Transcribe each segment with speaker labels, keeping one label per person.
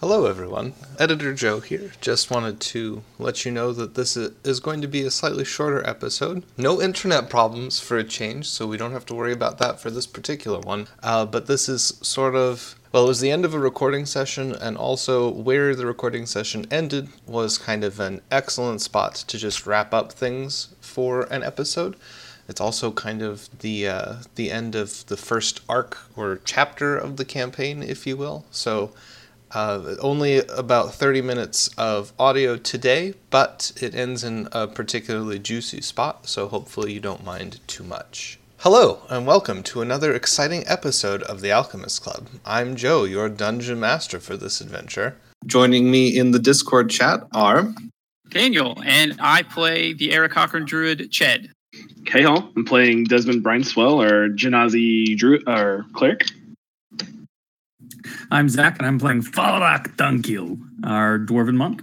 Speaker 1: Hello, everyone. Editor Joe here. Just wanted to let you know that this i- is going to be a slightly shorter episode. No internet problems for a change, so we don't have to worry about that for this particular one. Uh, but this is sort of. Well, it was the end of a recording session, and also where the recording session ended was kind of an excellent spot to just wrap up things for an episode. It's also kind of the uh, the end of the first arc or chapter of the campaign, if you will. So uh, only about 30 minutes of audio today, but it ends in a particularly juicy spot, so hopefully you don't mind too much. Hello, and welcome to another exciting episode of The Alchemist Club. I'm Joe, your dungeon master for this adventure. Joining me in the Discord chat are.
Speaker 2: Daniel, and I play the Eric Cochran druid Ched.
Speaker 3: Okay, Hall. I'm playing Desmond Brineswell or Janazi Drew or Cleric.
Speaker 4: I'm Zach, and I'm playing Falrak Dunkil, our dwarven monk.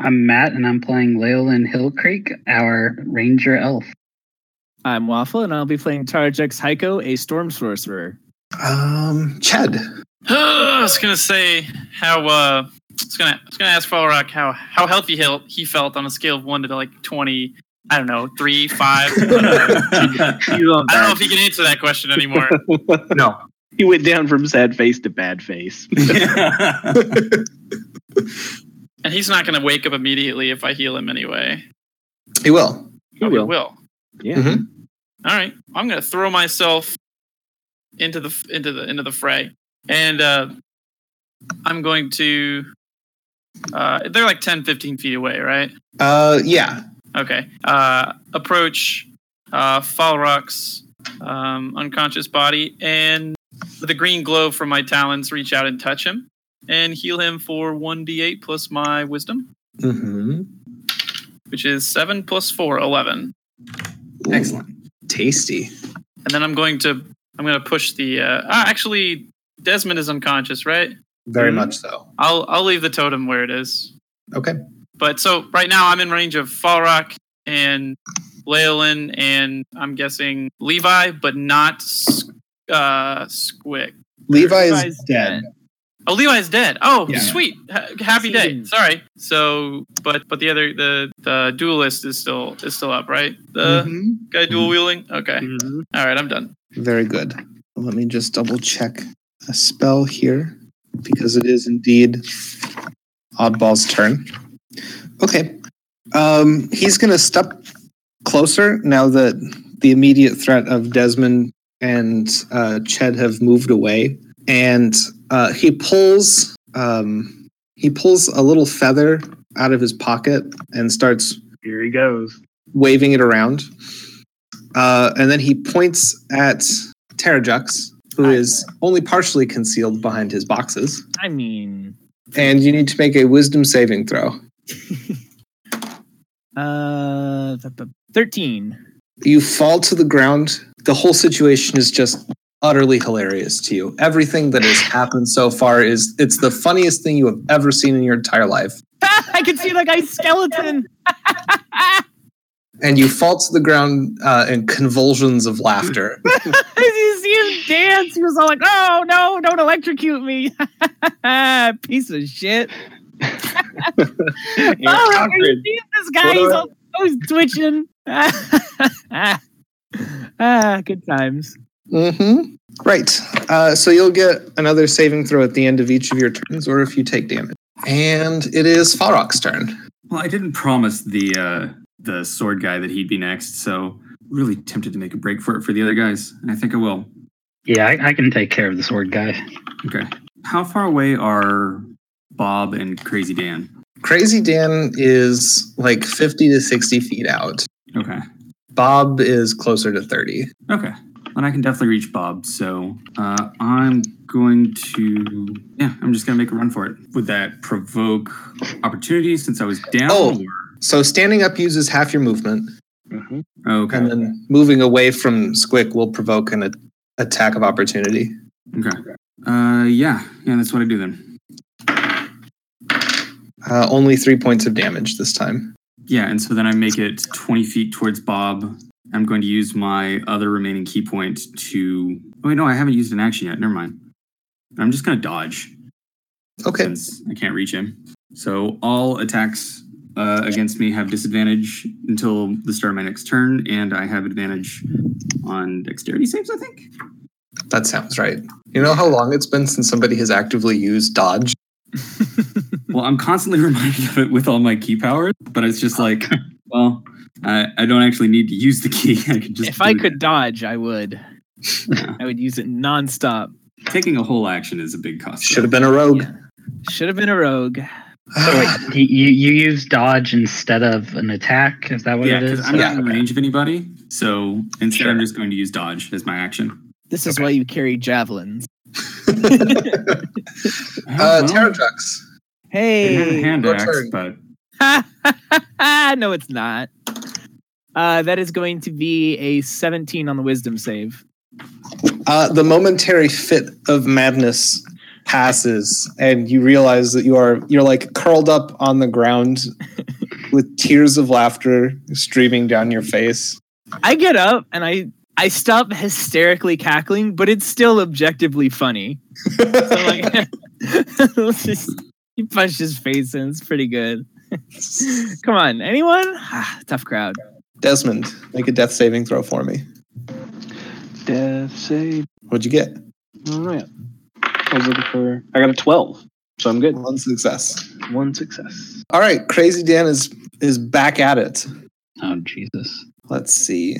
Speaker 5: I'm Matt, and I'm playing Leolin Hill Creek, our ranger elf.
Speaker 6: I'm Waffle, and I'll be playing Tarjax Heiko, a storm sorcerer.
Speaker 1: Um, Ched.
Speaker 2: I was gonna say how uh, I was gonna I was gonna ask Fall Rock how how healthy he he felt on a scale of one to like twenty. I don't know, three, five. I don't know if he can answer that question anymore.
Speaker 4: no.
Speaker 3: He went down from sad face to bad face.
Speaker 2: And he's not gonna wake up immediately if I heal him anyway.
Speaker 1: He will.
Speaker 6: He
Speaker 2: Oh,
Speaker 6: will.
Speaker 2: will.
Speaker 6: Yeah.
Speaker 1: Mhm.
Speaker 2: All right, I'm gonna throw myself into the into the into the fray, and uh, I'm going to. Uh, they're like 10, 15 feet away, right?
Speaker 1: Uh, yeah.
Speaker 2: Okay. Uh, approach uh, Falrock's um, unconscious body, and the green glow from my talons reach out and touch him and heal him for 1d8 plus my wisdom,
Speaker 1: Mm-hmm.
Speaker 2: which is 7 plus 4, 11.
Speaker 4: Excellent.
Speaker 7: Tasty.
Speaker 2: And then I'm going to I'm going to push the uh, ah, actually Desmond is unconscious, right?
Speaker 1: Very
Speaker 7: Mhm.
Speaker 1: much so.
Speaker 2: I'll I'll leave the totem where it is.
Speaker 1: Okay.
Speaker 2: But so right now I'm in range of Falrock and Leolin and I'm guessing Levi, but not S- uh, Squick.
Speaker 1: Levi is
Speaker 6: Levi's
Speaker 1: dead.
Speaker 2: Oh, Levi's dead. Oh,
Speaker 1: Yeah.
Speaker 2: sweet, H- happy day.
Speaker 6: Sweet.
Speaker 2: Sorry. So, but but the other the the duelist is still is still up, right? The
Speaker 1: Mm-hmm.
Speaker 7: Mhm.
Speaker 2: guy dual wielding. Okay.
Speaker 3: Mm-hmm.
Speaker 7: Mhm.
Speaker 2: All right, I'm done.
Speaker 7: Very good. Let me just double check a spell here because it is indeed Oddball's turn. Okay. Um, he's going to step closer now that the immediate threat of Desmond and uh, Ched have moved away. And uh, he pulls um, he pulls a little feather out of his pocket and starts
Speaker 3: Here he goes.
Speaker 7: waving it around. Uh, and then he points at Terrajux, who is only partially concealed behind his boxes.
Speaker 6: I mean,
Speaker 7: And you need to make a wisdom saving throw.
Speaker 6: uh, th- th- 13.
Speaker 7: You fall to the ground. The whole situation is just utterly hilarious to you. Everything that has happened so far is it's the funniest thing you have ever seen in your entire life.
Speaker 6: I can see the guy's skeleton.
Speaker 7: And you fall to the ground uh, in convulsions of laughter.
Speaker 6: I see him dance. He was all like, oh, no, don't electrocute me. Piece of shit. oh, are you seeing this guy? He's all, oh, he's twitching. ah, good times.
Speaker 7: Mm-hmm. Right. Uh, so you'll get another saving throw at the end of each of your turns, or if you take damage. And it is Farrock's turn.
Speaker 4: Well, I didn't promise the uh, the sword guy that he'd be next, so really tempted to make a break for it for the other guys, and I think I will.
Speaker 5: Yeah, I, I can take care of the sword guy.
Speaker 4: Okay. How far away are Bob and Crazy Dan?
Speaker 7: Crazy Dan is like 50 to 60 feet out.
Speaker 4: Okay.
Speaker 7: Bob is closer to 30.
Speaker 4: Okay. And I can definitely reach Bob, so uh, I'm going to yeah, I'm just gonna make a run for it. Would that provoke opportunity since I was down?
Speaker 7: Oh.
Speaker 4: or-
Speaker 7: So standing up uses half your movement,
Speaker 3: Mhm.
Speaker 4: Okay.
Speaker 7: and then moving away from Squick will provoke an a- attack of opportunity.
Speaker 4: Okay. Uh, yeah, yeah, that's what I do then.
Speaker 7: Uh, only three points of damage this time.
Speaker 4: Yeah, and so then I make it 20 feet towards Bob. I'm going to use my other remaining key point to. Oh, wait, no, I haven't used an action yet. Never mind. I'm just going to dodge.
Speaker 7: Okay.
Speaker 4: since I can't reach him. So all attacks uh, against me have disadvantage until the start of my next turn, and I have advantage on dexterity saves. I think.
Speaker 7: That sounds right. You know how long it's been since somebody has actively used dodge?
Speaker 4: Well, I'm constantly reminded of it with all my key powers, but it's just like, well, I, I don't actually need to use the key. I can just.
Speaker 6: if I
Speaker 4: do it.
Speaker 6: could dodge, I would.
Speaker 4: Yeah.
Speaker 6: I would use it nonstop.
Speaker 4: taking a whole action is a big cost.
Speaker 7: Should have been a rogue.
Speaker 6: Should have been a rogue.
Speaker 5: So wait, you, you you use dodge instead of an attack? Is that what
Speaker 4: Yeah,
Speaker 5: it
Speaker 4: because
Speaker 5: is?
Speaker 4: I'm
Speaker 7: Yeah,
Speaker 4: not in
Speaker 5: okay.
Speaker 4: range of anybody, so instead I'm
Speaker 5: Sure.
Speaker 4: just going to use dodge as my action.
Speaker 6: This is why you carry javelins.
Speaker 7: uh,
Speaker 4: well,
Speaker 7: Terradrux.
Speaker 4: I have a
Speaker 6: Hey.
Speaker 4: hand
Speaker 7: your
Speaker 4: axe,
Speaker 7: turn.
Speaker 4: but
Speaker 6: no, it's not. Uh, that is going to be a 17 on the wisdom save.
Speaker 7: Uh, the momentary fit of madness passes, and you realize that you are you're like curled up on the ground with tears of laughter streaming down your face.
Speaker 6: I get up and I I stop hysterically cackling, but it's still objectively funny. So like, it's just- he punched his face in. It's pretty good. Come on, anyone? Ah, tough crowd.
Speaker 7: Desmond, make a death saving throw for me.
Speaker 8: Death save.
Speaker 7: What'd you get?
Speaker 8: All right. I was looking for. I got a 12, so I'm good.
Speaker 7: One success.
Speaker 8: One success.
Speaker 7: All right, Crazy Dan is is back at it.
Speaker 5: Oh Jesus!
Speaker 7: Let's see.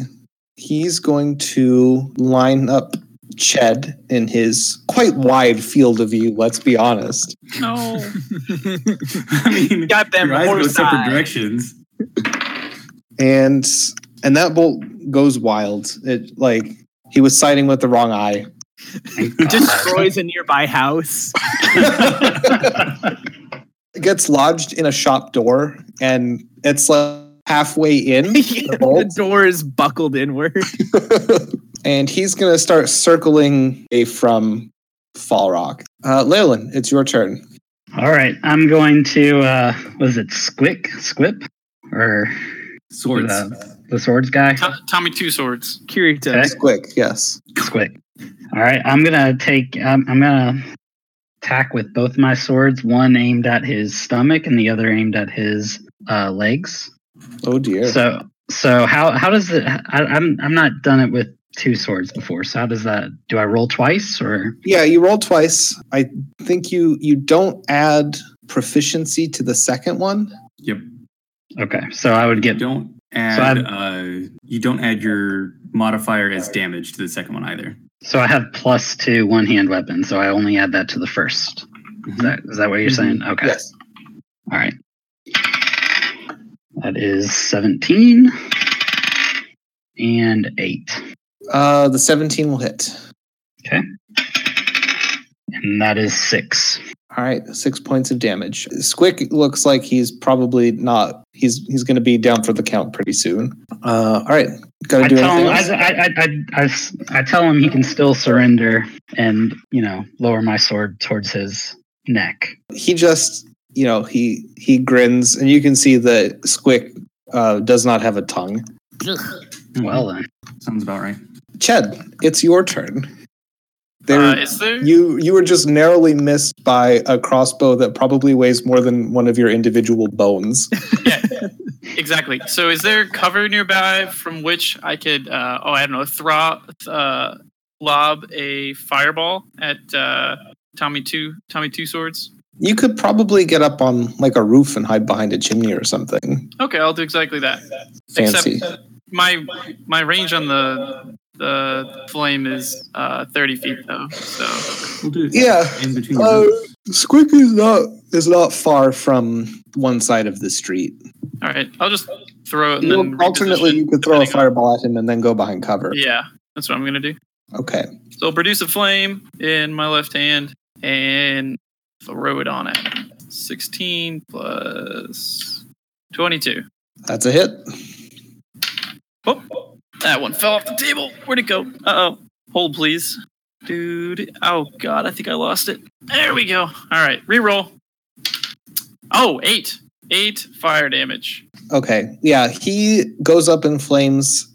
Speaker 7: He's going to line up Ched in his quite wide field of view, let's be honest.
Speaker 2: No.
Speaker 4: I mean,
Speaker 6: Got them
Speaker 4: your eyes go
Speaker 6: horse
Speaker 4: separate
Speaker 6: eye.
Speaker 4: directions.
Speaker 7: and and that bolt goes wild. It like he was sighting with the wrong eye.
Speaker 6: Destroys a nearby house.
Speaker 7: It gets lodged in a shop door, and it's like halfway in.
Speaker 6: the,
Speaker 7: bolt?
Speaker 6: door is buckled inward.
Speaker 7: and he's gonna start circling away from Fall Rock. Uh, Leyland, it's your turn.
Speaker 5: All right, I'm going to. uh Was it Squick, Squip, or
Speaker 4: Swords.
Speaker 5: Uh, the swords guy?
Speaker 2: T- Tommy Two Swords.
Speaker 6: Kirito.
Speaker 5: Okay.
Speaker 7: It's quick, yes.
Speaker 5: Squick. All right, I'm gonna take. I'm, I'm gonna attack with both my swords. One aimed at his stomach, and the other aimed at his uh, legs.
Speaker 7: Oh dear.
Speaker 5: So so how how does it? I, I'm I'm not done it with two swords before. So how does that? Do I roll twice or?
Speaker 7: yeah, you roll twice. I think you you don't add proficiency to the second one.
Speaker 4: yep.
Speaker 5: Okay, so I would
Speaker 4: You
Speaker 5: get.
Speaker 4: don't
Speaker 5: So
Speaker 4: add.
Speaker 5: I'm-
Speaker 4: uh, you don't add your modifier as damage to the second one either.
Speaker 5: So I have plus two one hand weapon. So I only add that to the first. Is that is that what you're saying? Okay.
Speaker 7: Yes.
Speaker 5: All right. That is seventeen and eight.
Speaker 7: Uh, the seventeen will hit.
Speaker 5: And that is six.
Speaker 7: All right, six points of damage. Squick looks like he's probably not. He's he's going to be down for the count pretty soon. Uh, all right, got
Speaker 5: I
Speaker 7: to do
Speaker 5: tell, him,
Speaker 7: anything. else?
Speaker 5: I, I, I, I- I s- I tell him he can still surrender and, you know, lower my sword towards his neck.
Speaker 7: He just, you know, he he grins, and you can see that Squick uh, does not have a tongue. Mm-hmm.
Speaker 5: Well, then.
Speaker 4: sounds about right.
Speaker 7: Ched, it's your turn. There,
Speaker 2: Uh, is there?
Speaker 7: you you were just narrowly missed by a crossbow that probably weighs more than one of your individual bones.
Speaker 2: Exactly. So, is there cover nearby from which I could, uh, oh, I don't know, throw, uh, lob a fireball at uh, Tommy Two Tommy Two Swords?
Speaker 7: You could probably get up on like a roof and hide behind a chimney or something.
Speaker 2: Okay, I'll do exactly that.
Speaker 7: Fancy.
Speaker 2: Except my my range on the the flame is uh, thirty feet though. So
Speaker 4: We'll do it.
Speaker 7: Yeah.
Speaker 4: In between. the
Speaker 7: Uh,
Speaker 4: moves.
Speaker 7: Squick is not is not far from one side of the street.
Speaker 2: all right, I'll just throw it. And
Speaker 7: You-
Speaker 2: then
Speaker 7: alternately,
Speaker 2: reposition
Speaker 7: you could throw a
Speaker 2: depending on-
Speaker 7: fireball at him and then go behind cover.
Speaker 2: Yeah, that's what I'm gonna do.
Speaker 7: Okay.
Speaker 2: So I'll produce a flame in my left hand and throw it on it. 16 plus 22.
Speaker 7: That's a hit.
Speaker 2: Oh, that one fell off the table. Where'd it go? Uh oh. Hold, please. Dude. Oh, God. I think I lost it. There we go. All right. Reroll. Oh, eight. Eight fire damage.
Speaker 7: Okay. Yeah, he goes up in flames.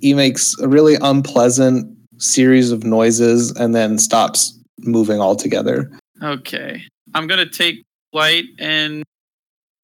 Speaker 7: He makes a really unpleasant series of noises and then stops moving altogether.
Speaker 2: Okay. I'm gonna take flight and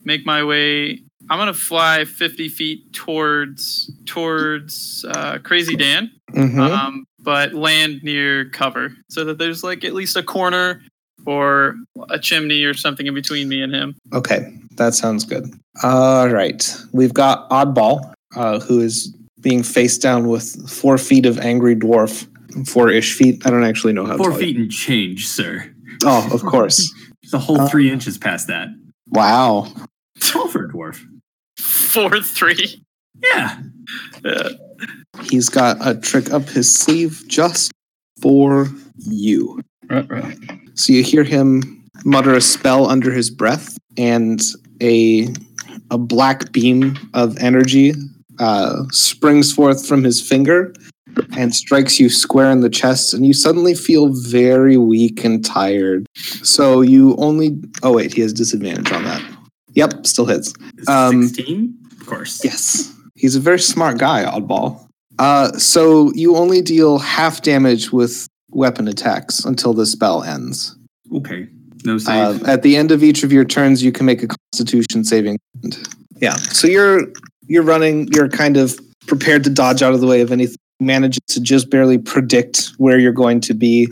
Speaker 2: make my way. I'm gonna fly 50 feet towards towards uh, Crazy Dan,
Speaker 7: Mm-hmm.
Speaker 4: Uh-huh.
Speaker 2: um, but land near cover so that there's like at least a corner or a chimney or something in between me and him.
Speaker 7: Okay, that sounds good. All right, we've got Oddball, uh, who is being faced down with four feet of angry dwarf, four ish feet. I don't actually know how.
Speaker 4: Four
Speaker 7: tall you-
Speaker 4: feet and change, sir.
Speaker 7: Oh, of course.
Speaker 4: The whole
Speaker 7: Uh,
Speaker 4: three inches past that.
Speaker 7: wow.
Speaker 4: Tall for a dwarf.
Speaker 2: Four three.
Speaker 4: Yeah.
Speaker 2: Uh,
Speaker 7: He's got a trick up his sleeve just for you.
Speaker 5: Ruh-roh.
Speaker 7: So you hear him mutter a spell under his breath, and a a black beam of energy uh, springs forth from his finger and strikes you square in the chest, and you suddenly feel very weak and tired. So you only oh wait, he has disadvantage on that. Yep, still hits. Um,
Speaker 4: 16? Of course.
Speaker 7: Yes. He's a very smart guy, oddball. Uh, so you only deal half damage with weapon attacks until the spell ends.
Speaker 4: Okay. No save.
Speaker 7: Uh, at the end of each of your turns, you can make a Constitution saving. Yeah. So you're you're running. You're kind of prepared to dodge out of the way of anything. You Manage to just barely predict where you're going to be,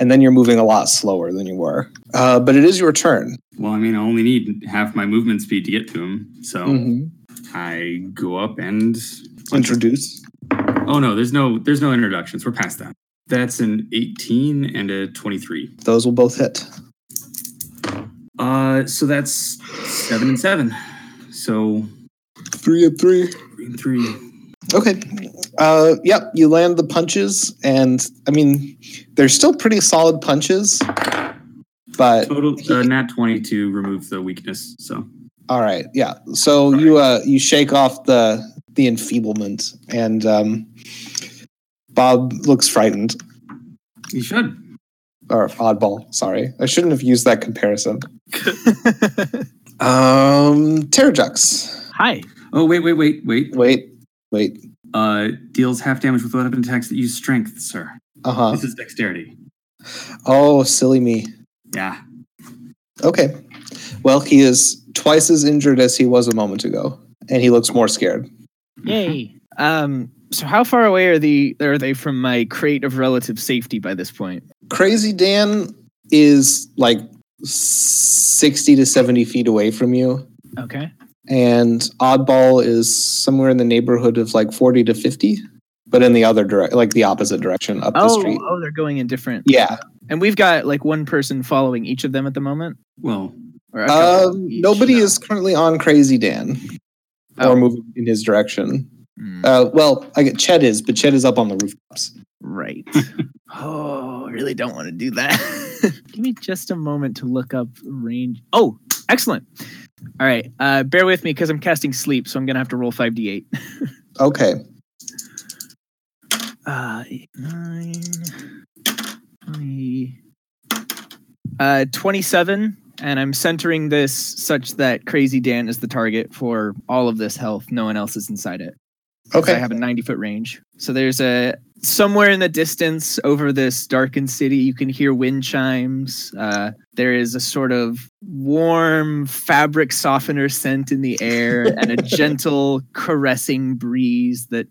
Speaker 7: and then you're moving a lot slower than you were. Uh, but it is your turn.
Speaker 4: well, I mean, I only need half my movement speed to get to him. So
Speaker 7: Mhm.
Speaker 4: I go up and.
Speaker 7: Introduce.
Speaker 4: Oh, no. There's no there's no introductions. We're past that. That's an 18 and a 23.
Speaker 7: Those will both hit.
Speaker 4: Uh, so that's seven and seven. So
Speaker 7: Three and three.
Speaker 4: three and three.
Speaker 7: Okay. Uh, yep. You land the punches, and I mean, they're still pretty solid punches. But
Speaker 4: Total uh, nat 20 to remove the weakness. So
Speaker 7: All right, yeah. So you uh you shake off the the enfeeblement, and um, Bob looks frightened
Speaker 4: you should.
Speaker 7: or oddball. Sorry, I shouldn't have used that comparison. Um, Terrajux.
Speaker 6: Hi.
Speaker 4: Oh, wait, wait, wait, wait.
Speaker 7: Wait, wait.
Speaker 4: Uh, deals half damage with weapon attacks that use strength, sir.
Speaker 7: Uh huh.
Speaker 4: This is dexterity.
Speaker 7: Oh, silly me.
Speaker 4: Yeah.
Speaker 7: Okay. Well, he is twice as injured as he was a moment ago, and he looks more scared.
Speaker 6: Yay. Um. So how far away are the are they from my crate of relative safety by this point?
Speaker 7: Crazy Dan is like sixty to seventy feet away from you.
Speaker 6: Okay.
Speaker 7: and oddball is somewhere in the neighborhood of like 40 to 50 but in the other direct like the opposite direction up the
Speaker 6: Oh,
Speaker 7: street
Speaker 6: oh, they're going in different.
Speaker 7: yeah
Speaker 6: And we've got like one person following each of them at the moment.
Speaker 4: Well,
Speaker 6: Or a couple
Speaker 7: um,
Speaker 6: each?
Speaker 7: nobody
Speaker 6: No.
Speaker 7: is currently on crazy dan
Speaker 6: Oh.
Speaker 7: or moving in his direction
Speaker 6: Mm,
Speaker 7: uh, well i get chet is but chet is up on the rooftops
Speaker 6: right. oh, I really don't want to do that. Give me just a moment to look up range. Oh, excellent. All right. Uh, bear with me because I'm casting sleep, so I'm gonna have to roll five d eight.
Speaker 7: okay
Speaker 6: Uh, eight, nine, 20, uh, 27, and I'm centering this such that Crazy Dan is the target for all of this health. No one else is inside it. 'Cause I
Speaker 7: okay
Speaker 6: have a 90 foot range. So there's a somewhere in the distance over this darkened city, you can hear wind chimes. Uh, there is a sort of warm fabric softener scent in the air and a gentle caressing breeze that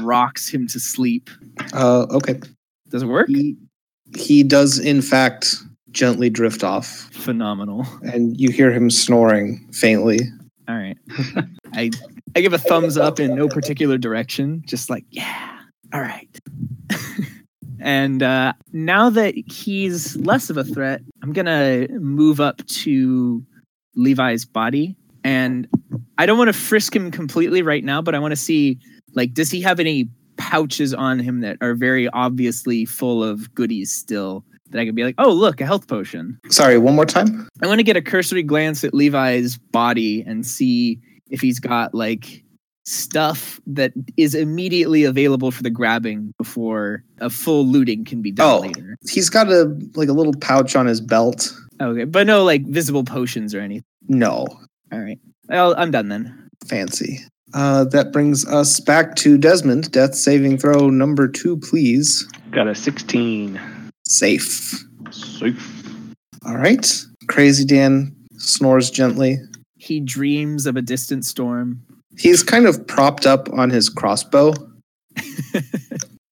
Speaker 6: rocks him to sleep.
Speaker 7: uh, okay
Speaker 6: Does it work?
Speaker 7: he, he does in fact gently drift off
Speaker 6: Phenomenal.
Speaker 7: and you hear him snoring faintly
Speaker 6: All right. I I give a thumbs up in no particular direction, just like, yeah. All right. and uh, now that he's less of a threat, I'm going to move up to Levi's body and I don't want to frisk him completely right now, but I want to see like does he have any pouches on him that are very obviously full of goodies still that I could be like, "Oh, look, a health potion."
Speaker 7: sorry one more time
Speaker 6: I want to get a cursory glance at Levi's body and see if he's got like stuff that is immediately available for the grabbing before a full looting can be done
Speaker 7: Oh.
Speaker 6: later.
Speaker 7: he's got a like a little pouch on his belt
Speaker 6: Okay, but no like visible potions or anything.
Speaker 7: no
Speaker 6: All right. Well, I'm done then.
Speaker 7: Fancy. Uh, that brings us back to Desmond. Death saving throw number two, please.
Speaker 8: Got a 16.
Speaker 7: Safe.
Speaker 8: Safe.
Speaker 7: All right. Crazy Dan snores gently.
Speaker 6: He dreams of a distant storm.
Speaker 7: He's kind of propped up on his crossbow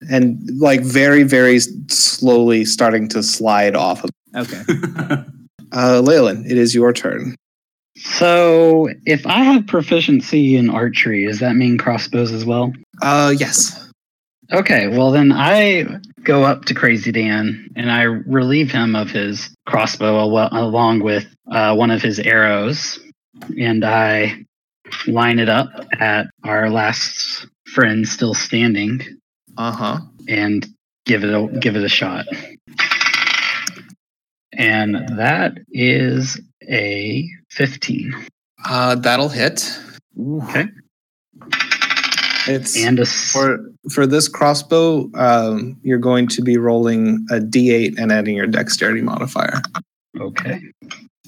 Speaker 7: and like very, very slowly starting to slide off. of-
Speaker 6: Okay.
Speaker 7: Uh, Leyland, it is your turn.
Speaker 5: So, if I have proficiency in archery, does that mean crossbows as well?
Speaker 7: Uh, yes.
Speaker 5: Okay, well then I go up to Crazy Dan and I relieve him of his crossbow al- along with uh, one of his arrows, and I line it up at our last friend still standing
Speaker 7: Uh huh.
Speaker 5: and give it a give it a shot. And that is a fifteen
Speaker 7: Uh, that'll hit.
Speaker 5: Okay.
Speaker 7: It's
Speaker 5: and a s-
Speaker 7: for for this crossbow. Um, you're going to be rolling a D8 and adding your dexterity modifier.
Speaker 5: okay.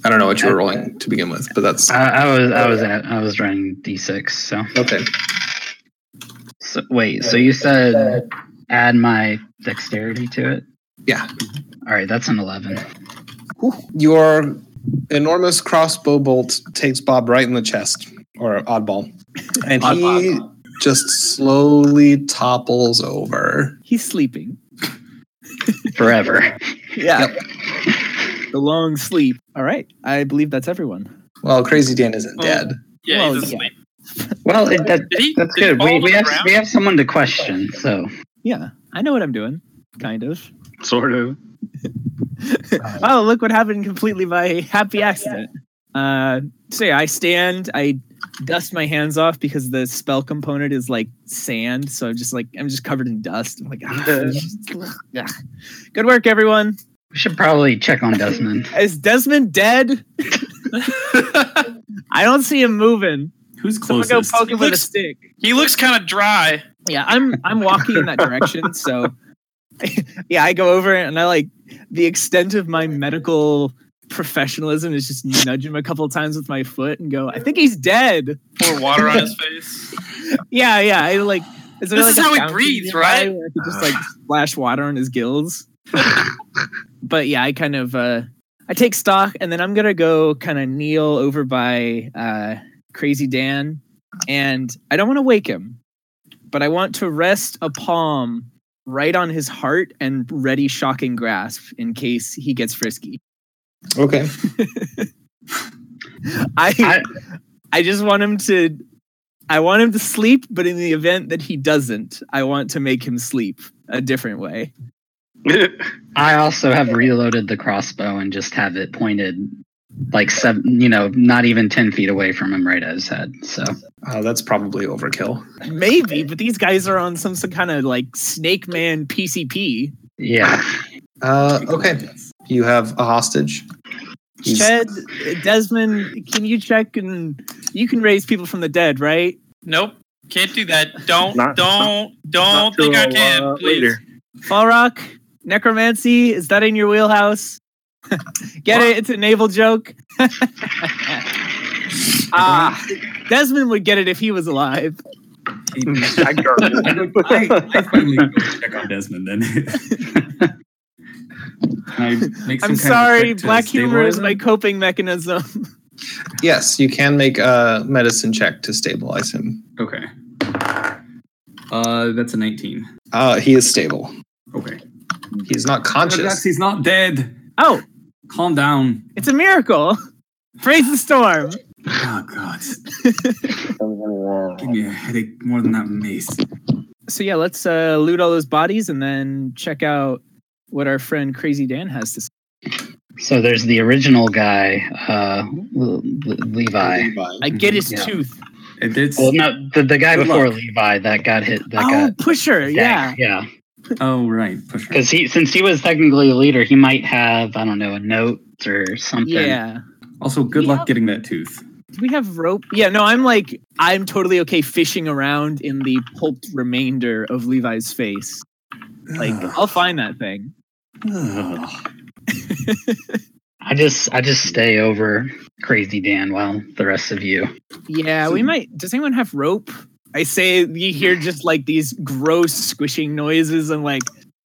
Speaker 7: I don't know what you were rolling to begin with, but that's
Speaker 5: I, I was I was at I was running d six so.
Speaker 7: okay.
Speaker 5: So, wait, so you said add my dexterity to it?
Speaker 7: Yeah.
Speaker 5: All right, that's an 11.
Speaker 7: Your enormous crossbow bolt takes Bob right in the chest, or oddball, and he just slowly topples over.
Speaker 6: He's sleeping.
Speaker 5: Forever.
Speaker 6: Yeah. The long sleep. All right. I believe that's everyone.
Speaker 7: Well, Crazy Dan isn't
Speaker 2: Oh.
Speaker 7: dead.
Speaker 2: Yeah,
Speaker 6: Well,
Speaker 2: he's
Speaker 6: yeah.
Speaker 2: asleep.
Speaker 5: Well, it, that,
Speaker 2: Did he,
Speaker 5: that's
Speaker 2: did he
Speaker 5: good. We,
Speaker 2: fall to
Speaker 5: we,
Speaker 2: the
Speaker 5: have,
Speaker 2: ground?
Speaker 5: we have someone to question, so.
Speaker 6: Yeah. I know what I'm doing. Kind of.
Speaker 3: Sort of.
Speaker 6: Oh, look what happened completely by happy accident. Uh, so yeah, I stand, I dust my hands off because the spell component is like sand. So I'm just like, I'm just covered in dust. I'm like, ah, yeah. good work, everyone.
Speaker 5: We should probably check on Desmond.
Speaker 6: Is Desmond dead? I don't see him moving.
Speaker 4: Who's
Speaker 6: Someone
Speaker 4: closest?
Speaker 6: go poke him with a
Speaker 2: Looks-
Speaker 6: stick.
Speaker 2: he looks kind of dry.
Speaker 6: Yeah, I'm I'm walking in that direction, so yeah, I go over and I like the extent of my medical professionalism is just nudge him a couple times with my foot and go, I think he's dead.
Speaker 2: Pour water on his face.
Speaker 6: Yeah, yeah. I like is there,
Speaker 2: This is
Speaker 6: a
Speaker 2: how he
Speaker 6: fountain
Speaker 2: breathes,
Speaker 6: nearby
Speaker 2: right?
Speaker 6: where I could just like splash water on his gills. but yeah, I kind of uh I take stock and then I'm gonna go kind of kneel over by uh crazy Dan and I don't want to wake him, but I want to rest a palm right on his heart and ready shocking grasp in case he gets frisky.
Speaker 7: Okay.
Speaker 6: I I just want him to I want him to sleep, but in the event that he doesn't, I want to make him sleep a different way.
Speaker 5: I also have reloaded the crossbow and just have it pointed like seven, you know, not even 10 feet away from him right at his head. So,
Speaker 7: Uh, that's probably overkill.
Speaker 6: Maybe, but these guys are on some, some kind of like snake man PCP.
Speaker 5: yeah.
Speaker 7: Uh, okay. You have a hostage. He's-
Speaker 6: Chad, Desmond, can you check and you can raise people from the dead, right?
Speaker 2: Nope. Can't do that. Don't,
Speaker 8: Not-
Speaker 2: don't, don't
Speaker 8: not
Speaker 2: think I
Speaker 8: till,
Speaker 2: can.
Speaker 8: uh,
Speaker 2: please.
Speaker 8: later.
Speaker 6: Fall Rock, necromancy, is that in your wheelhouse? Get it? It's a naval joke. ah, Desmond would get it if he was alive.
Speaker 4: I, would- I, I quickly go check on Desmond then. I
Speaker 6: I'm
Speaker 4: make some kind of
Speaker 6: sorry,
Speaker 4: check to
Speaker 6: black humor is
Speaker 4: stabilize
Speaker 6: my
Speaker 4: him?
Speaker 6: coping mechanism.
Speaker 7: Yes, you can make a medicine check to stabilize him.
Speaker 4: Okay. Uh, that's a 19.
Speaker 7: Uh, he is stable.
Speaker 4: Okay.
Speaker 7: He's not
Speaker 4: Relax,
Speaker 7: conscious.
Speaker 4: He's not dead.
Speaker 6: Oh,
Speaker 4: Calm down.
Speaker 6: it's a miracle. Praise the storm.
Speaker 4: Oh God. Give me a headache more than that mace.
Speaker 6: So yeah, let's uh, loot all those bodies and then check out what our friend Crazy Dan has to say.
Speaker 5: So there's the original guy, uh, Le- Le- Levi.
Speaker 6: I get his
Speaker 5: Yeah.
Speaker 6: tooth.
Speaker 4: It, it's,
Speaker 5: Well, no, the, the guy
Speaker 4: Good
Speaker 5: before
Speaker 4: luck.
Speaker 5: Levi that got hit. That
Speaker 6: oh,
Speaker 5: got
Speaker 6: pusher. Yeah.
Speaker 5: Dang, yeah.
Speaker 4: oh right, push.
Speaker 5: Because he, since he was technically a leader, he might have I don't know a note or something.
Speaker 6: Yeah.
Speaker 4: Also, good
Speaker 6: Yep.
Speaker 4: luck getting that tooth.
Speaker 6: Do we have rope? Yeah, no, I'm like, I'm totally okay fishing around in the pulped remainder of Levi's face. Like, I'll find that thing.
Speaker 4: Ugh.
Speaker 5: I just, I just stay over Crazy Dan while the rest of you.
Speaker 6: Yeah, we might. Does anyone have rope? I say you hear just like these gross squishing noises and like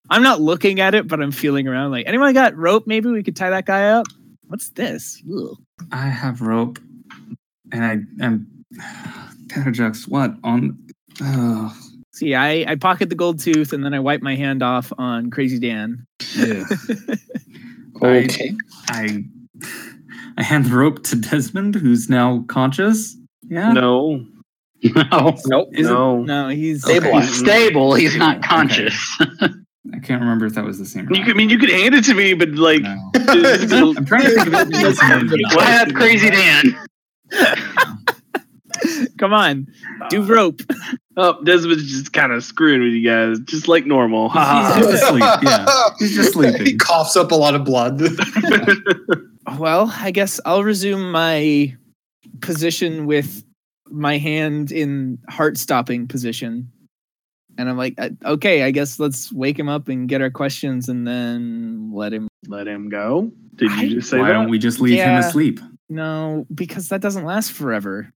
Speaker 6: I'm not looking at it, but I'm feeling around like anyone got rope? Maybe we could tie that guy up. What's this? Ugh.
Speaker 4: I have rope, and I am Tatterjux. What on? Oh,
Speaker 6: See, I, I pocket the gold tooth and then I wipe my hand off on Crazy Dan.
Speaker 4: yeah. I-
Speaker 7: Okay.
Speaker 4: I I hand the rope to Desmond, who's now conscious. Yeah.
Speaker 3: No.
Speaker 5: No.
Speaker 4: Nope.
Speaker 3: no.
Speaker 6: No, he's
Speaker 4: Okay.
Speaker 5: Stable. Oh, He's stable. He's not conscious.
Speaker 4: I can't remember if that was the same. or
Speaker 3: You
Speaker 4: not.
Speaker 3: could, I mean, you could hand it to me, but like,
Speaker 4: No.
Speaker 3: it's-
Speaker 4: I'm trying to think of it. being something
Speaker 3: Good
Speaker 4: else.
Speaker 5: I have Crazy Dan.
Speaker 6: come on, do rope.
Speaker 3: oh, Desmond's just kind of screwing with you guys, just like normal. Ha
Speaker 4: He's
Speaker 3: ha.
Speaker 4: just asleep. Yeah. He's
Speaker 7: He
Speaker 4: just sleeping.
Speaker 7: coughs up a lot of blood.
Speaker 6: Well, I guess I'll resume my position with my hand in heart stopping position. And I'm like, "Uh, okay, I guess let's wake him up and get our questions and then let him.
Speaker 3: Let him go. Did
Speaker 6: I-
Speaker 3: you just say
Speaker 4: Why
Speaker 3: that?
Speaker 4: don't we just leave
Speaker 6: Yeah.
Speaker 4: him asleep?
Speaker 6: No, because that doesn't last forever.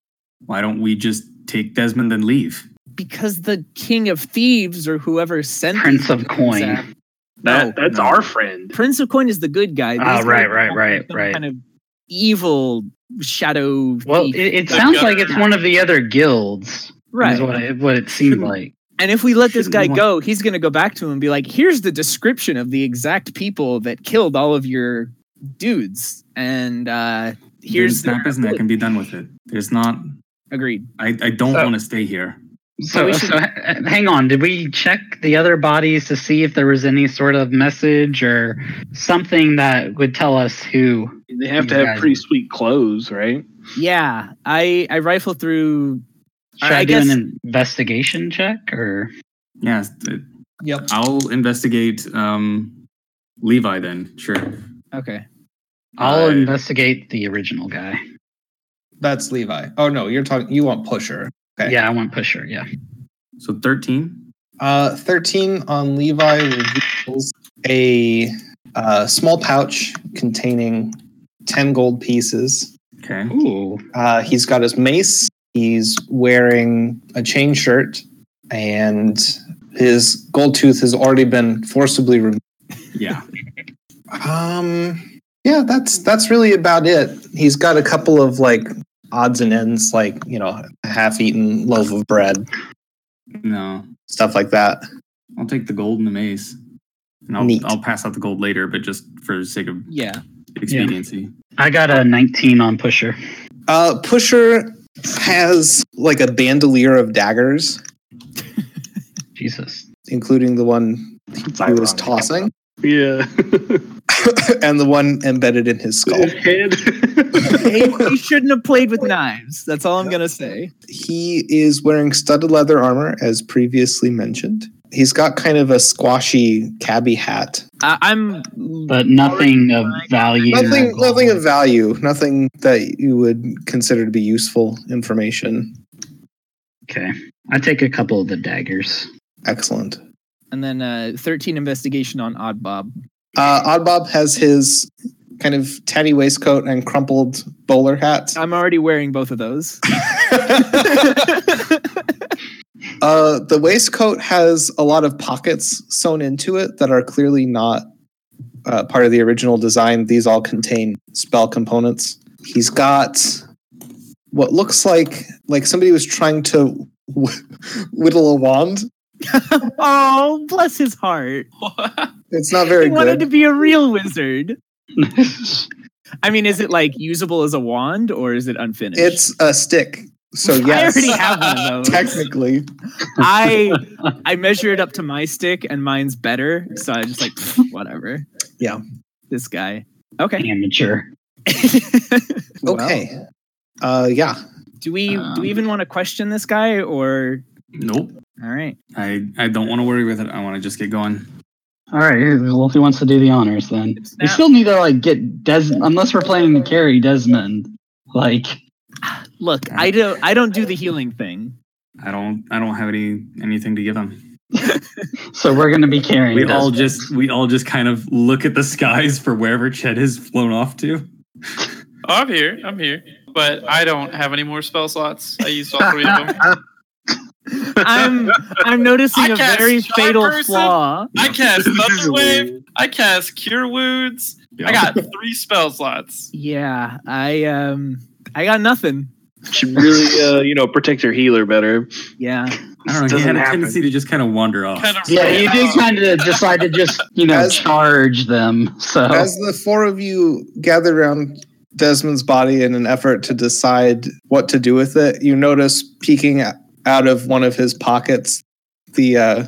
Speaker 4: Why don't we just take Desmond and leave?
Speaker 6: Because the king of thieves or whoever sent these
Speaker 5: Prince of
Speaker 6: things out-
Speaker 5: Coin.
Speaker 3: that
Speaker 6: No,
Speaker 3: that's
Speaker 4: no.
Speaker 3: our friend.
Speaker 6: Prince of Coin is the good guy.
Speaker 5: Ah,
Speaker 6: These
Speaker 5: right,
Speaker 6: guys
Speaker 5: right,
Speaker 6: are
Speaker 5: right,
Speaker 6: some
Speaker 5: right.
Speaker 6: Kind of evil shadow.
Speaker 5: Well,
Speaker 6: thief.
Speaker 5: it, it
Speaker 2: The
Speaker 5: sounds
Speaker 2: other-
Speaker 5: like it's one of the other guilds. Right.
Speaker 6: right.
Speaker 5: Is what it, what it seemed
Speaker 4: Shouldn't-
Speaker 5: like.
Speaker 6: And if we let this
Speaker 4: Shouldn't
Speaker 6: guy
Speaker 4: we want-
Speaker 6: go, he's going to go back to him and be like, here's the description of the exact people that killed all of your dudes. And uh,
Speaker 4: Here's
Speaker 6: here's their
Speaker 4: snap his neck and be done with it. There's not.
Speaker 6: Agreed.
Speaker 4: I, I don't
Speaker 5: So-
Speaker 4: want to stay here.
Speaker 6: So
Speaker 5: So,
Speaker 6: we
Speaker 5: so,
Speaker 6: should-
Speaker 5: ha- hang on. Did we check the other bodies to see if there was any sort of message or something that would tell us who?
Speaker 3: They have to
Speaker 5: You
Speaker 3: have
Speaker 5: guys-
Speaker 3: pretty sweet clothes, right?
Speaker 6: Yeah. I, I rifle through. I-
Speaker 5: Should I,
Speaker 6: I
Speaker 5: do
Speaker 6: guess-
Speaker 5: an investigation check or?
Speaker 4: Yes. it-
Speaker 1: Yep.
Speaker 4: uh, I'll investigate um, Levi then. Sure. Uh,
Speaker 6: Okay. Uh,
Speaker 5: I'll
Speaker 4: I-
Speaker 5: investigate the original guy.
Speaker 7: That's Levi. Oh no, you're talking. You want Pusher. Okay.
Speaker 5: Yeah, I want Pusher. Yeah.
Speaker 4: So 13.
Speaker 7: Uh, Thirteen on Levi reveals a uh, small pouch containing ten gold pieces.
Speaker 4: Okay.
Speaker 5: Ooh.
Speaker 7: Uh, he's got his mace. He's wearing a chain shirt, and his gold tooth has already been forcibly removed.
Speaker 4: Yeah.
Speaker 7: Um, yeah, that's that's really about it. He's got a couple of like odds and ends, like you know, a half-eaten loaf of bread,
Speaker 4: No.
Speaker 7: stuff like that.
Speaker 4: I'll take the gold and the mace. And I'll,
Speaker 7: Neat.
Speaker 4: I'll pass out the gold later, but just for sake of
Speaker 6: Yeah.
Speaker 4: expediency.
Speaker 5: I got a 19 on Pusher.
Speaker 7: Uh, Pusher has like a bandolier of daggers,
Speaker 5: Jesus.
Speaker 7: including the one he was tossing
Speaker 3: Yeah.
Speaker 7: and the one embedded in his skull.
Speaker 3: His head.
Speaker 6: he, he shouldn't have played with knives. That's all I'm going to say.
Speaker 7: He is wearing studded leather armor, as previously mentioned. He's got kind of a squashy cabbie hat.
Speaker 6: Uh, I'm.
Speaker 5: But nothing of value.
Speaker 7: Nothing, nothing of value. Nothing that you would consider to be useful information.
Speaker 5: Okay. I take a couple of the daggers.
Speaker 7: Excellent.
Speaker 6: And then uh, 13 investigation on Odd Bob.
Speaker 7: Uh, Oddbob has his kind of tatty waistcoat and crumpled bowler hat.
Speaker 6: I'm already wearing both of those.
Speaker 7: Uh, the waistcoat has a lot of pockets sewn into it that are clearly not uh, part of the original design. These all contain spell components. He's got what looks like like somebody was trying to wh- whittle a wand.
Speaker 6: oh, bless his heart.
Speaker 7: It's not very
Speaker 6: he wanted
Speaker 7: good.
Speaker 6: to be a real wizard. I mean, is it like usable as a wand or is it unfinished?
Speaker 7: it's a stick. So
Speaker 6: I
Speaker 7: yes,
Speaker 6: already have one of those.
Speaker 7: technically.
Speaker 6: I I measure it up to my stick and mine's better, so I just like pff, whatever.
Speaker 7: Yeah.
Speaker 6: This guy. Okay.
Speaker 5: Amateur.
Speaker 7: Okay. Uh, yeah.
Speaker 6: Do we do
Speaker 4: Um,
Speaker 6: we even want to question this guy or
Speaker 4: Nope.
Speaker 6: all right.
Speaker 4: I, I don't want to worry with it. I want to just get going.
Speaker 5: All right. Well, if he wants to do the honors, then we
Speaker 6: Snap.
Speaker 5: still need to like get Des. Unless we're planning to carry Desmond. Like,
Speaker 6: Look, I don't I don't do the healing thing.
Speaker 4: I don't I don't have any anything to give them.
Speaker 5: so we're gonna be carrying.
Speaker 4: We all
Speaker 5: Desmond.
Speaker 4: just we all just kind of look at the skies for wherever Chet has flown off to.
Speaker 2: Oh, I'm here. I'm here. But I don't have any more spell slots. I used all three of them.
Speaker 6: I'm I'm
Speaker 2: I
Speaker 6: noticing a
Speaker 2: cast
Speaker 6: very
Speaker 2: sharp
Speaker 6: fatal
Speaker 2: person.
Speaker 6: flaw.
Speaker 2: I cast
Speaker 3: This is
Speaker 2: Thunder Wave.
Speaker 3: weird.
Speaker 2: I cast Cure Wounds. I got three spell slots.
Speaker 6: Yeah, I um, I got nothing.
Speaker 3: Should really, uh, you know, protect your healer better.
Speaker 6: Yeah,
Speaker 4: I don't know. He
Speaker 3: doesn't
Speaker 4: had a
Speaker 3: happen.
Speaker 4: tendency to just kind of wander
Speaker 3: Oh.
Speaker 4: off.
Speaker 2: Kind of
Speaker 5: Yeah,
Speaker 2: ran
Speaker 5: you did
Speaker 2: out.
Speaker 5: kind of decide to just, you know,
Speaker 7: As-
Speaker 5: charge them. So
Speaker 7: As the four of you gather around Desmond's body in an effort to decide what to do with it, you notice peeking out of one of his pockets the uh,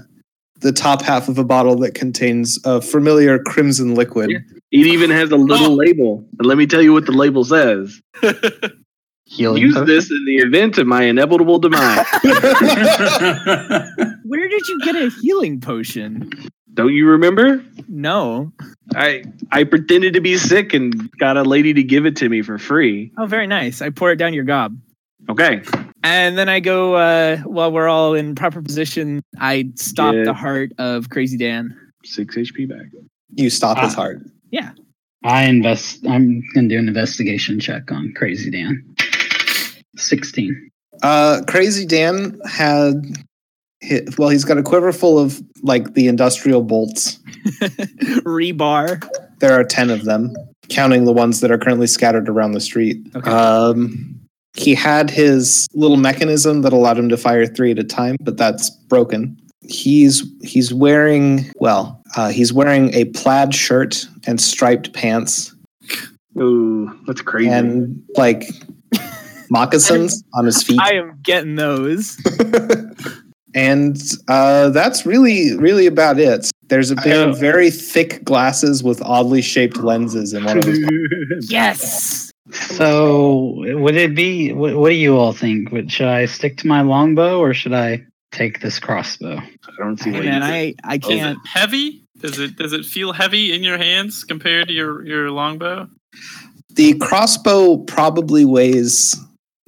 Speaker 7: the top half of a bottle that contains a familiar crimson liquid.
Speaker 3: It even has a little label. And let me tell you what the label says.
Speaker 5: healing.
Speaker 3: Use
Speaker 5: potion.
Speaker 3: this in the event of my inevitable demise.
Speaker 6: where did you get a healing potion?
Speaker 3: Don't you remember?
Speaker 6: No.
Speaker 3: I I pretended to be sick and got a lady to give it to me for free.
Speaker 6: Oh, very nice. I pour it down your gob.
Speaker 3: Okay.
Speaker 6: And then I go, uh, while we're all in proper position, I stop
Speaker 3: Yeah.
Speaker 6: the heart of Crazy Dan.
Speaker 3: Six HP back.
Speaker 7: You stop his heart.
Speaker 5: I invest. I'm gonna do an investigation check on Crazy Dan. Sixteen.
Speaker 7: Uh, Crazy Dan had hi well, he's got a quiver full of like the industrial bolts.
Speaker 6: Rebar.
Speaker 7: There are 10 of them, counting the ones that are currently scattered around the street.
Speaker 6: Okay.
Speaker 7: Um, he had his little mechanism that allowed him to fire three at a time, but that's broken. He's he's wearing well, uh, he's wearing a plaid shirt and striped pants
Speaker 3: Ooh, that's crazy.
Speaker 7: and like moccasins on his feet.
Speaker 6: I am getting those.
Speaker 7: and uh, that's really really about it. There's a pair of very thick glasses with oddly shaped lenses in one of his.
Speaker 6: yes.
Speaker 5: So would it be? What, what do you all think? Would- Should I stick to my longbow or should I take this crossbow?
Speaker 3: I don't see
Speaker 6: Hey,
Speaker 3: why.
Speaker 6: man,
Speaker 3: you
Speaker 6: I, I
Speaker 2: Is it
Speaker 6: can't.
Speaker 2: heavy? Does it does it feel heavy in your hands compared to your your longbow?
Speaker 7: The crossbow probably weighs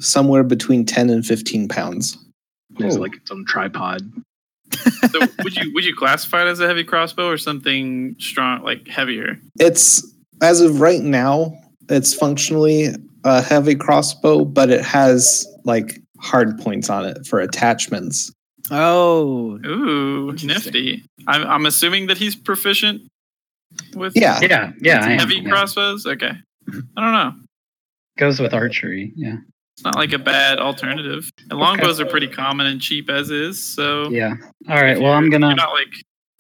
Speaker 7: somewhere between ten and fifteen pounds.
Speaker 3: There's like some tripod.
Speaker 2: So would you would you classify it as a heavy crossbow or something strong like heavier?
Speaker 7: It's as of right now, it's functionally a heavy crossbow, but it has like hard points on it for attachments.
Speaker 6: Oh.
Speaker 2: Ooh, nifty. I'm I'm assuming that he's proficient with
Speaker 7: Yeah,
Speaker 5: Yeah, yeah. I am,
Speaker 2: heavy
Speaker 5: yeah.
Speaker 2: crossbows. Okay, I don't know.
Speaker 5: goes with archery. Yeah,
Speaker 2: It's not like a bad alternative. And longbows are pretty common and cheap as is. So
Speaker 5: yeah. All right. Well, I'm
Speaker 2: If
Speaker 5: gonna.
Speaker 2: you're not like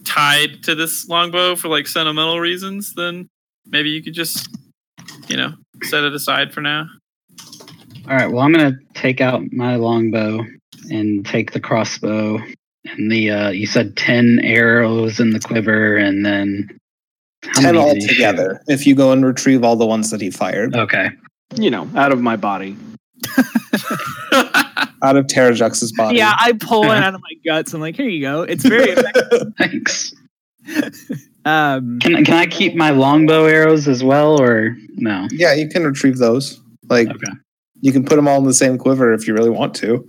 Speaker 2: tied to this longbow for like sentimental reasons, then maybe you could just you know set it aside for now.
Speaker 5: All right. Well, I'm gonna take out my longbow and take the crossbow and the. uh You said ten arrows in the quiver, and then how
Speaker 7: Ten
Speaker 5: many did he shoot?
Speaker 7: altogether. If you go and retrieve all the ones that he fired
Speaker 5: Okay.
Speaker 3: You know, out of my body.
Speaker 7: out of Terajux's body.
Speaker 6: Yeah, I pull one out of my guts. I'm like, here you go. It's very effective.
Speaker 5: Thanks.
Speaker 6: Um,
Speaker 5: Can can I keep my longbow arrows as well, or no?
Speaker 7: Yeah, you can retrieve those. Like
Speaker 5: Okay.
Speaker 7: you can put them all in the same quiver if you really want to.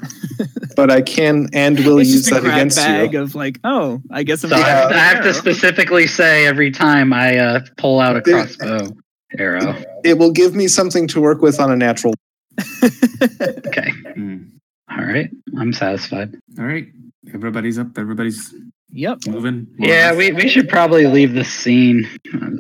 Speaker 7: but I can and will
Speaker 6: it's
Speaker 7: use
Speaker 6: just a
Speaker 7: that
Speaker 6: grab
Speaker 7: against
Speaker 6: bag
Speaker 7: you.
Speaker 6: of like, oh, I guess I'm
Speaker 5: So I,
Speaker 6: gonna
Speaker 5: have,
Speaker 6: an
Speaker 5: I have to
Speaker 6: arrow.
Speaker 5: specifically say every time I uh, pull out a
Speaker 7: Dude.
Speaker 5: crossbow arrow.
Speaker 7: It will give me something to work with on a natural.
Speaker 5: Okay.
Speaker 4: Hmm.
Speaker 5: All right. I'm satisfied.
Speaker 4: All right. Everybody's up. Everybody's
Speaker 6: Yep.
Speaker 4: moving. More or
Speaker 5: Yeah,
Speaker 4: less.
Speaker 5: we, we should probably leave this scene.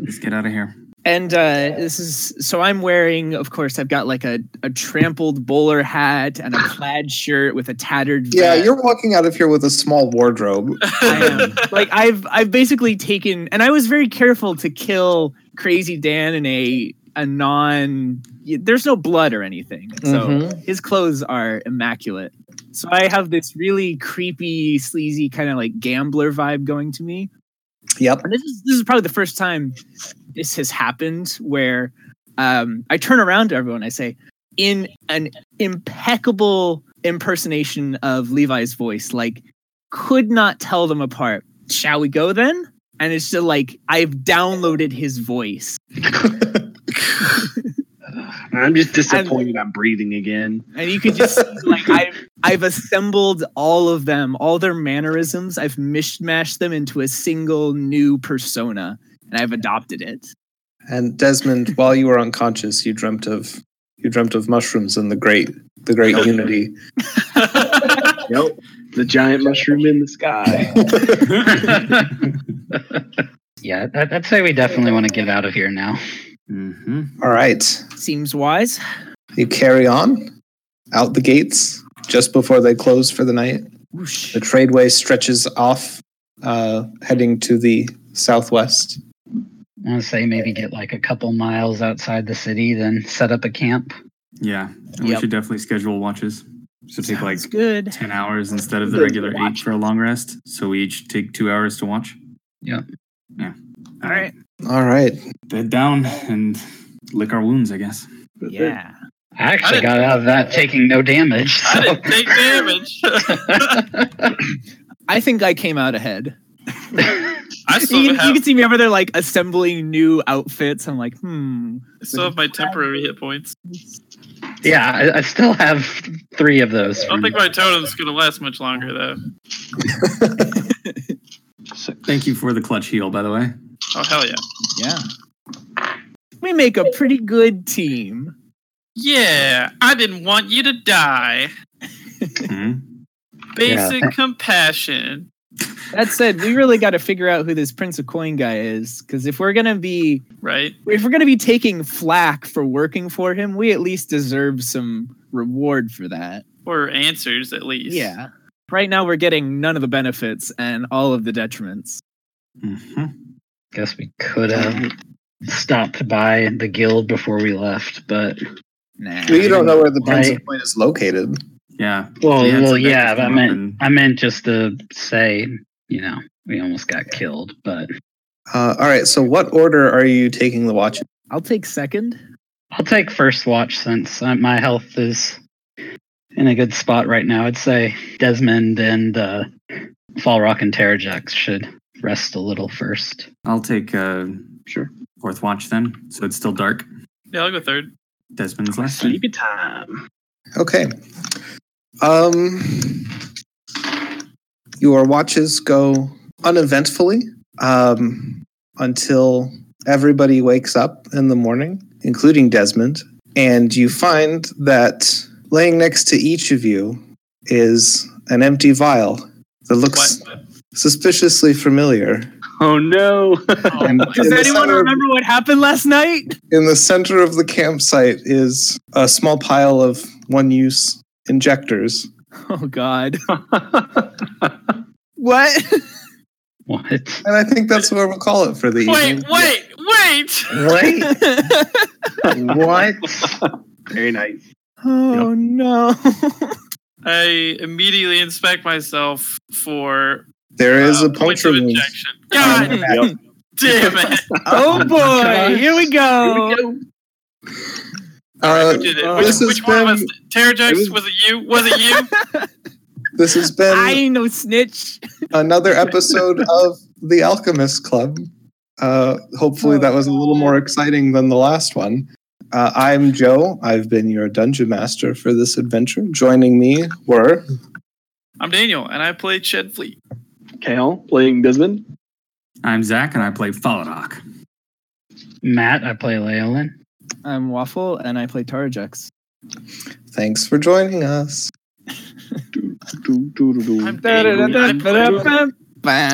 Speaker 4: Let's get out of here.
Speaker 6: And uh, this is so I'm wearing, of course, I've got like a, a trampled bowler hat and a plaid shirt with a tattered.
Speaker 7: Yeah,
Speaker 6: vest.
Speaker 7: you're walking out of here with a small wardrobe.
Speaker 6: I am. like I've I've basically taken, and I was very careful to kill Crazy Dan in a a non. There's no blood or anything, so
Speaker 7: Mhm.
Speaker 6: his clothes are immaculate. So I have this really creepy, sleazy kind of like gambler vibe going to me.
Speaker 7: Yep.
Speaker 6: And this is this is probably the first time this has happened where um, I turn around to everyone. I say, in an impeccable impersonation of Levi's voice, like could not tell them apart. Shall we go then? And it's just like I've downloaded his voice.
Speaker 3: I'm just disappointed I'm breathing again.
Speaker 6: and you could just see like I've I've assembled all of them, all their mannerisms. I've mishmashed them into a single new persona, and I've adopted it.
Speaker 7: And Desmond, while you were unconscious, you dreamt of you dreamt of mushrooms and the great the great unity.
Speaker 3: Nope. The giant mushroom in the sky.
Speaker 5: Yeah, I- I'd say we definitely want to get out of here now.
Speaker 4: Mm-hmm.
Speaker 7: All right.
Speaker 6: Seems wise.
Speaker 7: You carry on out the gates just before they close for the night.
Speaker 6: Whoosh.
Speaker 7: The tradeway stretches off, uh, heading to the southwest.
Speaker 5: I want to say maybe get like a couple miles outside the city, then set up a camp.
Speaker 4: Yeah. And we
Speaker 6: Yep.
Speaker 4: should definitely schedule watches. So take like
Speaker 6: Sounds good.
Speaker 4: 10 hours instead of the regular eight for a long rest. So we each take two hours to watch.
Speaker 5: Yeah.
Speaker 4: Yeah.
Speaker 6: All right.
Speaker 7: All right.
Speaker 4: Bed down and lick our wounds, I guess.
Speaker 6: Yeah.
Speaker 5: I actually
Speaker 2: didn't-
Speaker 5: got out of that taking no damage.
Speaker 2: I
Speaker 5: so-
Speaker 2: didn't take damage.
Speaker 6: I think I came out ahead.
Speaker 2: I
Speaker 6: You,
Speaker 2: still
Speaker 6: can- you
Speaker 2: have,
Speaker 6: can see me over there like assembling new outfits. I'm like, hmm.
Speaker 2: I still have my temporary hit points.
Speaker 5: yeah, I, I still have three of those.
Speaker 2: I don't
Speaker 5: from-
Speaker 2: think my totem's going to last much longer, though.
Speaker 4: Thank you for the clutch heel, by the way.
Speaker 2: Oh, hell yeah.
Speaker 6: Yeah. We make a pretty good team.
Speaker 2: Yeah, I didn't want you to die.
Speaker 4: Mhm.
Speaker 2: Basic compassion.
Speaker 6: That said, we really got to figure out who this Prince of Coin guy is, because if we're gonna be
Speaker 2: Right?
Speaker 6: if we're gonna be taking flack for working for him, we at least deserve some reward for that.
Speaker 2: Or answers, at least.
Speaker 6: Yeah. Right now, we're getting none of the benefits and all of the detriments.
Speaker 4: Mhm.
Speaker 5: Guess we could have stopped by the guild before we left, but
Speaker 6: Nah.
Speaker 7: We don't know where the
Speaker 5: Right.
Speaker 7: Prince of Point is located.
Speaker 4: Yeah.
Speaker 5: well,
Speaker 4: We had
Speaker 5: well,
Speaker 4: some
Speaker 5: yeah.
Speaker 4: breakfast
Speaker 5: I
Speaker 4: come up
Speaker 5: meant
Speaker 4: and-
Speaker 5: I meant just to say, you know, we almost got killed, but
Speaker 7: Uh, all right. So, what order are you taking the watch?
Speaker 6: I'll take second.
Speaker 5: I'll take first watch since uh, my health is in a good spot right now. I'd say Desmond and uh, Fall Rock and Terrajax should rest a little first.
Speaker 4: I'll take uh,
Speaker 8: Sure.
Speaker 4: fourth watch then. So it's still dark.
Speaker 2: Yeah, I'll go third.
Speaker 4: Desmond's last time.
Speaker 8: Sleepy time.
Speaker 7: Okay. Um, your watches go uneventfully um, until everybody wakes up in the morning, including Desmond, and you find that laying next to each of you is an empty vial that looks
Speaker 2: What?
Speaker 7: suspiciously familiar.
Speaker 8: Oh no.
Speaker 7: And
Speaker 6: Does
Speaker 7: in the
Speaker 6: anyone
Speaker 7: center of-
Speaker 6: remember what happened last night?
Speaker 7: in the center of the campsite is a small pile of one-use injectors.
Speaker 6: Oh, God. What?
Speaker 5: What?
Speaker 7: And I think that's what we'll call it for the
Speaker 2: Wait,
Speaker 7: evening.
Speaker 2: wait, wait!
Speaker 7: Wait, what?
Speaker 8: Very nice.
Speaker 6: oh, no.
Speaker 2: I immediately inspect myself for
Speaker 7: There is
Speaker 2: uh,
Speaker 7: a
Speaker 2: points
Speaker 7: puncture
Speaker 2: of
Speaker 7: wound. Um,
Speaker 2: injection. God damn it!
Speaker 6: oh, boy. Here we go.
Speaker 7: Uh,
Speaker 2: Who did it?
Speaker 6: uh,
Speaker 2: Which,
Speaker 7: this has
Speaker 2: which one
Speaker 7: been-
Speaker 2: was it? Terrajex?
Speaker 7: was-
Speaker 2: Was it you? Was it you?
Speaker 7: this has been
Speaker 6: I ain't no snitch.
Speaker 7: another episode of The Alchemist Club. Uh, hopefully, that was a little more exciting than the last one. Uh, I'm Joe. I've been your dungeon master for this adventure. Joining me were
Speaker 2: I'm Daniel, and I played Shed Fleet.
Speaker 8: Kale playing Desmond.
Speaker 4: I'm Zach and I play Fallodock.
Speaker 5: Matt, I play Leolin.
Speaker 6: I'm Waffle, and I play Tarajax.
Speaker 7: thanks for joining us.
Speaker 8: Do, do, do, do.
Speaker 2: I'm Daniel. I play-
Speaker 6: Bam.